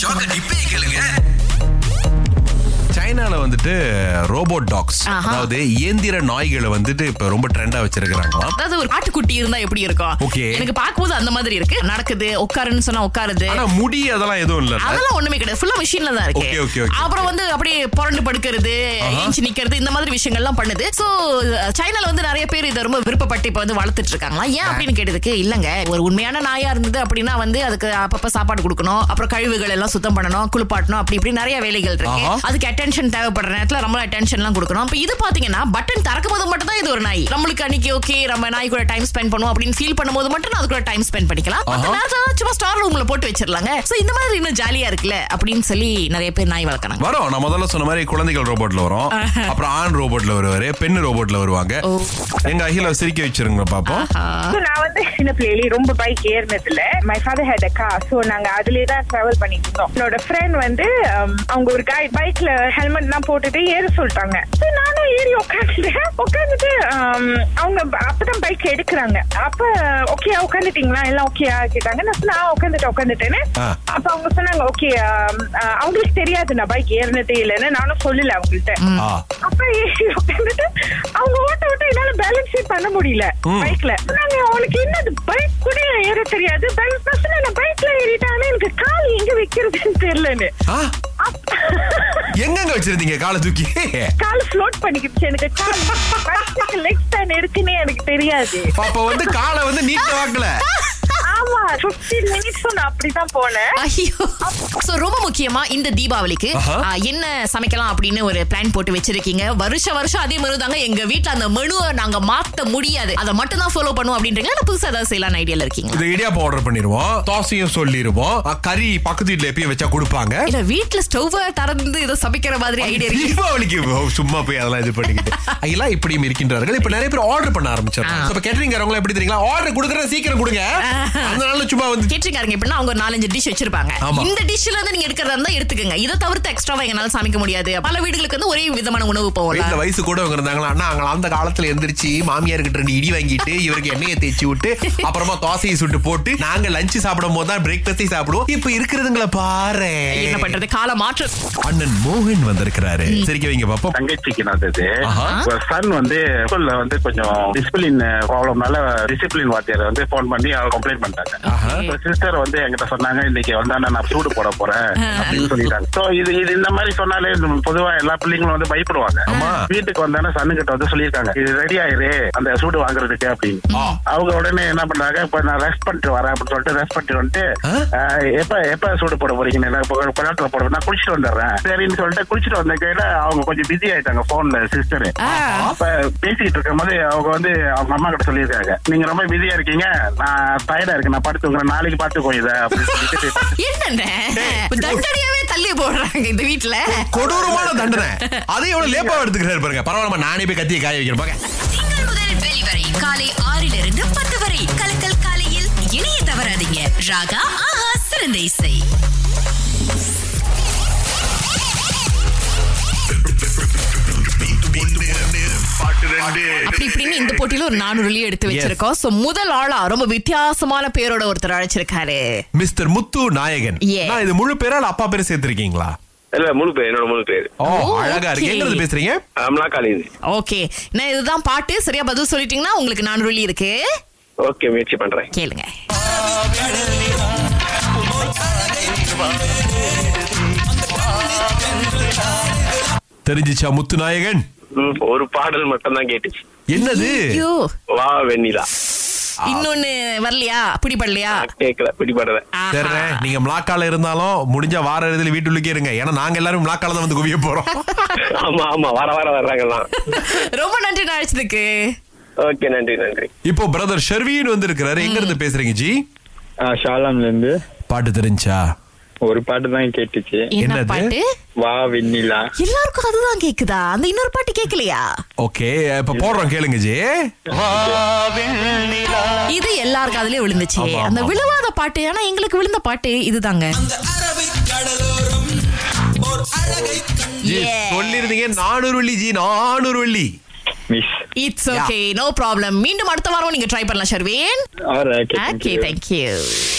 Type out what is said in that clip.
ஷாக்க டிப்பே கேளுங்க சைனால வந்துட்டு ரோபோட் டாக்ஸ் ஆஹா. அதாவது இயந்திர நாய்களை வந்துட்டு இப்ப ரொம்ப ட்ரெண்டா வச்சிருக்காங்களாம் அதாவது ஒரு ஆட்டுக்குட்டி இருந்தா எப்படி இருக்கும் Okay. எனக்கு பார்க்கும்போது அந்த மாதிரி இருக்கு நடக்குது உட்காருன்னு சொன்னா உட்காருது ஆனா முடி அதெல்லாம் எதுவும் இல்ல அதெல்லாம் ஒண்ணுமே கிடையாது ஃபுல்லா மிஷின்ல தான் Okay, okay, இருக்கு okay, அப்புறம் வந்து அப்படியே புரண்டு படுக்கிறது ஏஞ்சி நிக்கிறது இந்த மாதிரி விஷயங்கள்லாம் பண்ணுது சோ சைனால வந்து நிறைய பேர் இதை ரொம்ப விருப்பப்பட்டு இப்ப வந்து வளர்த்துட்டு இருக்காங்களா ஏன் அப்படின்னு கேட்டதுக்கு இல்லங்க ஒரு உண்மையான நாயா இருந்தது அப்படின்னா வந்து அதுக்கு அப்பப்ப சாப்பாடு கொடுக்கணும் அப்புறம் கழிவுகள் எல்லாம் சுத்தம் பண்ணணும் குளிப்பாட்டணும் அப்படி இப்படி நிறைய வேலைகள் இருக்கு ஆஹா. அதுக்கு அட்டென்ஷன் தேவைப்படுற நேரத்துல நம்ம அட்டென்ஷன் எல்லாம் கொடுக்கணும் இப்ப இது பாத்தீங்கன்னா பட்டன் திறக்கும் போது மட்டும் தான் இது ஒரு நாய் நம்மளுக்கு அன்னைக்கு ஓகே நம்ம நாய் கூட டைம் ஸ்பெண்ட் பண்ணுவோம் அப்படின்னு ஃபீல் பண்ணும்போது மட்டும் நான் அது கூட டைம் ஸ்பெண்ட் பண்ணிக்கலாம் மத்த ஆஹா. நேரத்துல சும்மா ஸ்டார் ரூம்ல போட்டு வச்சிடலாங்க சோ இந்த மாதிரி இன்னும் ஜாலியா இருக்குல்ல அப்படின்னு சொல்லி நிறைய பேர் நாய் வளர்க்கறாங்க வரும் நான் முதல்ல சொன்ன மாதிரி குழந்தைகள் ரோபோட்ல வரும் அப்புறம் ஆண் ரோபோட்ல வருவாரு பெண் ரோபோட்ல வருவாங்க ஓ. எங்க அகில சிரிக்க வச்சிருங்க பாப்போம் So, நான் வந்து சின்ன பிள்ளையிலே ரொம்ப பைக் ஏறினதுல my father had a car so நாங்க அதுலயே தான் டிராவல் பண்ணிட்டு இருந்தோம் என்னோட ஃப்ரெண்ட் வந்து um, அவங்க ஒரு காய் பைக்ல ஹெல்மெட் தான் போட்டுட்டு ஏற சொல்லிட்டாங்க So, நானும் ஏறி உட்காந்துட்டேன் உட்காந்துட்டு அவங்க ப- அப்பதான் பைக் எடுக்கிறாங்க அப்ப ஓகே உட்காந்துட்டீங்களா எல்லாம் ஓகே கேட்டாங்க நான் சொன்னேன், "ஆ, உட்காந்துட்டேன் உட்காந்துட்டேன்னு ஆ. அப்ப அவங்க சொன்னாங்க ஓகே அவங்களுக்கு தெரியாது நான் பைக் ஏறினதே இல்லைன்னு நானும் சொல்லல அவங்கள்ட்ட ஆ. அப்ப ஏறி உட்கார்ந்துட்டு அவங்க ஓட்ட விட்டு என்னால பேலன்ஸே பண்ண முடியல ம். பைக்ல நாங்க அவனுக்கு என்னது பைக் கூட ஏற தெரியாது பேலன்ஸ் பசங்க நான் பைக்ல ஏறிட்டானே எனக்கு கால் எங்க வைக்கிறதுன்னு தெரியலன்னு ஆ, எங்கெங்க வச்சிருந்தீங்க காலை தூக்கி கால் ஃப்ளோட் பண்ணிக்கிச்சு எனக்கு கால் பைக்கு லெக் ஸ்டாண்ட் இருக்குன்னே எனக்கு தெரியாது பாப்பா வந்து காலை வந்து நீட்ட வாக்கல ஆமா 15 மினிட்ஸும் நான் அப்படிதான் போனேன் ஐயோ சோ ரொம்ப முக்கியமா இந்த தீபாவளிக்கு ஆஹா. ஆ, என்ன சமைக்கலாம் அப்படின்னு ஒரு பிளான் போட்டு வச்சிருக்கீங்க வருஷ வருஷம் அதே மெனு தாங்க எங்க வீட்ல அந்த மெனுவை நாங்க மாத்த முடியாது அதை மட்டும் தான் ஃபாலோ பண்ணுவோம் அப்படின்றீங்க இல்ல புதுசா ஏதாவது செய்யலாம் ஐடியால இருக்கீங்க இது இடியாப்பம் ஆர்டர் பண்ணிருவோம் தோசையும் சொல்லிருவோம் அ, கறி பக்கத்து வீட்டுல எப்பயும் வச்சா கொடுப்பாங்க இல்ல வீட்ல ஸ்டவ் திறந்து ஏதோ சமைக்கிற மாதிரி ஐடியா இருக்கு தீபாவளிக்கு ஓ, சும்மா போய் அதெல்லாம் இது பண்ணிக்கிட்டு ஐயா இப்படியும் இருக்கின்றார்கள் இப்ப நிறைய பேர் ஆர்டர் பண்ண ஆரம்பிச்சாங்க இப்ப கேட்டரிங்காரவங்க எப்படி தெரியுங்களா ஆர்டர் கொடுக்கறத சீக்கிரம் கொடுங்க அதனால சும்மா வந்து கேட்டிருக்காருங்க எப்படின்னா அவங்க ஒரு நாலஞ்சு டிஷ் வச்சிருப்பாங்க ஆமா. இந்த டிஷ்ல வந்து நீங்க எடுக்கிறதா இருந்தா எடுத்துக்கங்க இதை தவிர்த்து எக்ஸ்ட்ராவா எங்களால சமைக்க முடியாது பல வீடுகளுக்கு வந்து ஒரே விதமான உணவு போகல வீட்டுல வயசு கூட இருந்தாங்களா அண்ணா அவங்க அந்த காலத்துல எந்திரிச்சு மாமியார் கிட்ட ரெண்டு இடி வாங்கிட்டு இவருக்கு எண்ணெயை தேய்ச்சி விட்டு அப்புறமா தோசையை சுட்டு போட்டு நாங்க லஞ்ச் சாப்பிடும் போது தான் பிரேக்ஃபாஸ்டே சாப்பிடுவோம் இப்ப இருக்கிறதுங்கள பாரு என்ன பண்றது கால மாற்று அண்ணன் மோகன் வந்திருக்கிறாரு சரிக்க வைங்க பாப்போம் தங்கச்சிக்கு நடந்தது ஆஹா. சன் வந்து ஸ்கூல்ல வந்து கொஞ்சம் டிசிப்ளின் ப்ராப்ளம்னால டிசிப்ளின் வாத்தியார் வந்து ஃபோன் பண்ணி அவங்க கம்ப்ளைண்ட் ஆஹா. பண்ணிட்டாங்க சிஸ்டர் வந்து என்கிட்ட சொன்னாங்க இன்னைக்கு வந்தானே நான் சூடு போட போறேன் அப்படின்னு சொல்லிட்டாங்க சோ இது இது இந்த மாதிரி சொன்னாலே நம்ம பொதுவா எல்லா பிள்ளைங்களும் வந்து பயப்படுவாங்க ஆமா. வீட்டுக்கு வந்தானே சன்னு கிட்ட வந்து சொல்லியிருக்காங்க இது ரெடி ஆயிரு அந்த சூடு வாங்குறதுக்கு அப்படின்னு ஆ. அவங்க உடனே என்ன பண்றாங்க இப்ப நான் ரெஸ்ட் பண்ணிட்டு வரேன் அப்படின்னு சொல்லிட்டு ரெஸ்ட் பண்ணிட்டு வந்துட்டு ஆ? ஆஹ், எப்ப எப்ப சூடு போட போறீங்க நான் இப்ப ஒரு கொண்டாட்டத்துல போட நான் குளிச்சுட்டு வந்துடுறேன் சரின்னு சொல்லிட்டு குளிச்சுட்டு வந்த கையில அவங்க கொஞ்சம் பிஸி ஆயிட்டாங்க போன்ல சிஸ்டர் ஆ. அப்ப பேசிக்கிட்டு இருக்கும் போது அவங்க வந்து அவங்க அம்மா கிட்ட சொல்லியிருக்காங்க நீங்க ரொம்ப பிஸியா இருக்கீங்க நான் டயர்டா இருக்கேன் நான் படுத்துக்கிறேன் நாளைக்கு பாத்துக்கோ இத அப்படின்னு சொல்லிட்டு என்னென்ன தண்டனையாவே தள்ளி போடுறாங்க இந்த வீட்ல கொடூரமான தண்டனை அதை எவ்வளவு லேப்பா எடுத்துக்கிறாரு பாருங்க பரவாயில்ல நானே போய் கத்தியை காய வைக்கிறேன் பாருங்க திங்கள் முதல் வெளிவரை காலை ஆறிலிருந்து பத்து வரை கலக்கல் காலையில் இணைய தவறாதீங்க ராகா ஆஹா சிறந்த இசை அப்படி இப்படின்னு இந்த போட்டியில ஒரு நானூறு வெளியே எடுத்து வச்சிருக்கோம் சோ முதல் ஆளா ரொம்ப வித்தியாசமான பேரோட ஒருத்தர் அழைச்சிருக்காரு மிஸ்டர் முத்து நாயகன் Yeah. நான் இது முழு பேரா இல்ல அப்பா பேரு சேர்த்திருக்கீங்களா இல்ல முழு பேர் என்னோட முழு பேர் ஓ Oh, அழகா okay. இருக்கு எங்க பேசுறீங்க அம்லா காலேஜ் ஓகே நான் இதுதான் பாட்டு சரியா பதில் சொல்லிட்டீங்கன்னா உங்களுக்கு நானூறு வெளி இருக்கு ஓகே முயற்சி பண்றேன் கேளுங்க தெரிஞ்சிச்சா முத்து நாயகன் ம், ஒரு பாடல் மட்டும் தான் கேட்டுச்சு என்னது ஐயோ வா வெண்ணிலா இன்னொன்னு வரலையா பிடிபடலையா கேட்கல பிடிபடல ஆஹா. தெரியறேன் நீங்க மிளாக்கால இருந்தாலும் முடிஞ்ச வார இறுதியில் வீட்டுக்குள்ளே இருங்க ஏன்னா நாங்க எல்லாரும் மிளாக்கால தான் வந்து குவிய போறோம் ஆமா ஆமா வர வர வர்றாங்கலாம் ரொம்ப நன்றி நான் அழைச்சதுக்கு ஓகே நன்றி நன்றி இப்போ பிரதர் ஷெர்வின்னு வந்து இருக்கிறாரு எங்க Mm. இருந்து பேசுறீங்க ஜி ஷாலாம்ல இருந்து பாட்டு தெரிஞ்சா ஒரு பாட்டு தான் கேட்டுச்சு என்ன என்னது? பாட்டு வா வெண்ணிலா எல்லாருக்கும் அதுதான் கேக்குதா அந்த இன்னொரு பாட்டு கேக்கலையா ஓகே இப்ப போடுறோம் கேளுங்க ஜி இது எல்லாருக்கும் அதுலயே விழுந்துச்சு ஆமா, ஆமா. அந்த விழுவாத பாட்டு ஆனா எங்களுக்கு விழுந்த பாட்டு இதுதாங்க ஜி சொல்லிருந்தீங்க நானூறு வெள்ளி ஜி நானூறு வெள்ளி miss it's okay no problem மீண்டும் அடுத்த வாரம் நீங்க ட்ரை பண்ணலாம் ஷர்வேன் ஆர் ஓகே தேங்க்யூ